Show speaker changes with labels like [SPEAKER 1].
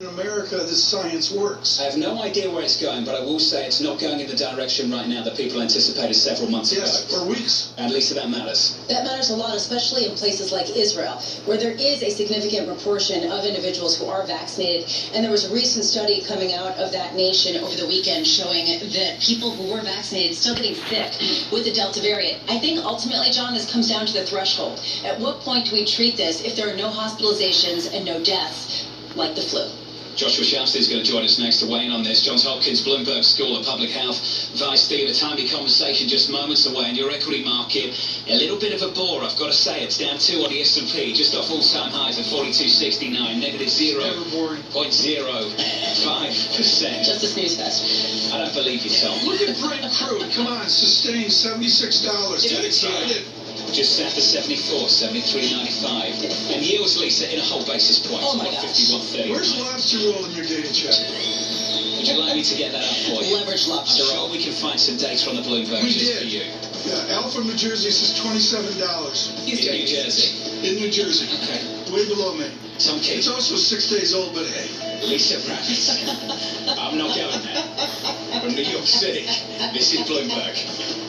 [SPEAKER 1] America this science works.
[SPEAKER 2] I have no idea where it's going, but I will say it's not going in the direction right now that people anticipated several months
[SPEAKER 1] Yes,
[SPEAKER 2] ago.
[SPEAKER 1] for weeks.
[SPEAKER 2] At least that matters.
[SPEAKER 3] That matters a lot, especially in places like Israel, where there is a significant proportion of individuals who are vaccinated. And there was a recent study coming out of that nation over the weekend showing that people who were vaccinated still getting sick with the Delta variant. I think ultimately, John, this comes down to the threshold. At what point do we treat this if there are no hospitalizations and no deaths like the flu?
[SPEAKER 2] Joshua Shafsey is going to join us next to weigh in on this. Johns Hopkins Bloomberg School of Public Health Vice Dean. A timely conversation just moments away, and your equity market a little bit of a bore. I've got to say, it's down two on the S and P, just off all-time highs at 42.69, negative zero
[SPEAKER 1] Never boring.
[SPEAKER 2] point zero five percent.
[SPEAKER 3] Just a snooze fest.
[SPEAKER 2] I don't believe you, Tom.
[SPEAKER 1] Look at Brent Crude. Come on, sustained seventy-six dollars. Get excited.
[SPEAKER 2] Just south of 74, 73.95, and yields, Lisa, in a whole basis point.
[SPEAKER 3] Oh my gosh.
[SPEAKER 2] 151.30.
[SPEAKER 1] Where's lobster roll in your data check?
[SPEAKER 2] Would you like me to get that up for you?
[SPEAKER 3] Leverage
[SPEAKER 2] I'm
[SPEAKER 3] lobster
[SPEAKER 2] sure
[SPEAKER 3] roll.
[SPEAKER 2] we can find some data on the Bloomberg
[SPEAKER 1] We
[SPEAKER 2] just
[SPEAKER 1] did.
[SPEAKER 2] for you.
[SPEAKER 1] Yeah, Alpha, New Jersey says twenty-seven dollars
[SPEAKER 2] In New Jersey.
[SPEAKER 1] in New Jersey,
[SPEAKER 2] Okay.
[SPEAKER 1] way below me.
[SPEAKER 2] Tom
[SPEAKER 1] It's
[SPEAKER 2] Keith,
[SPEAKER 1] also six days old, but hey,
[SPEAKER 2] Lisa Rabbit. I'm not going there. From New York City, this is Bloomberg.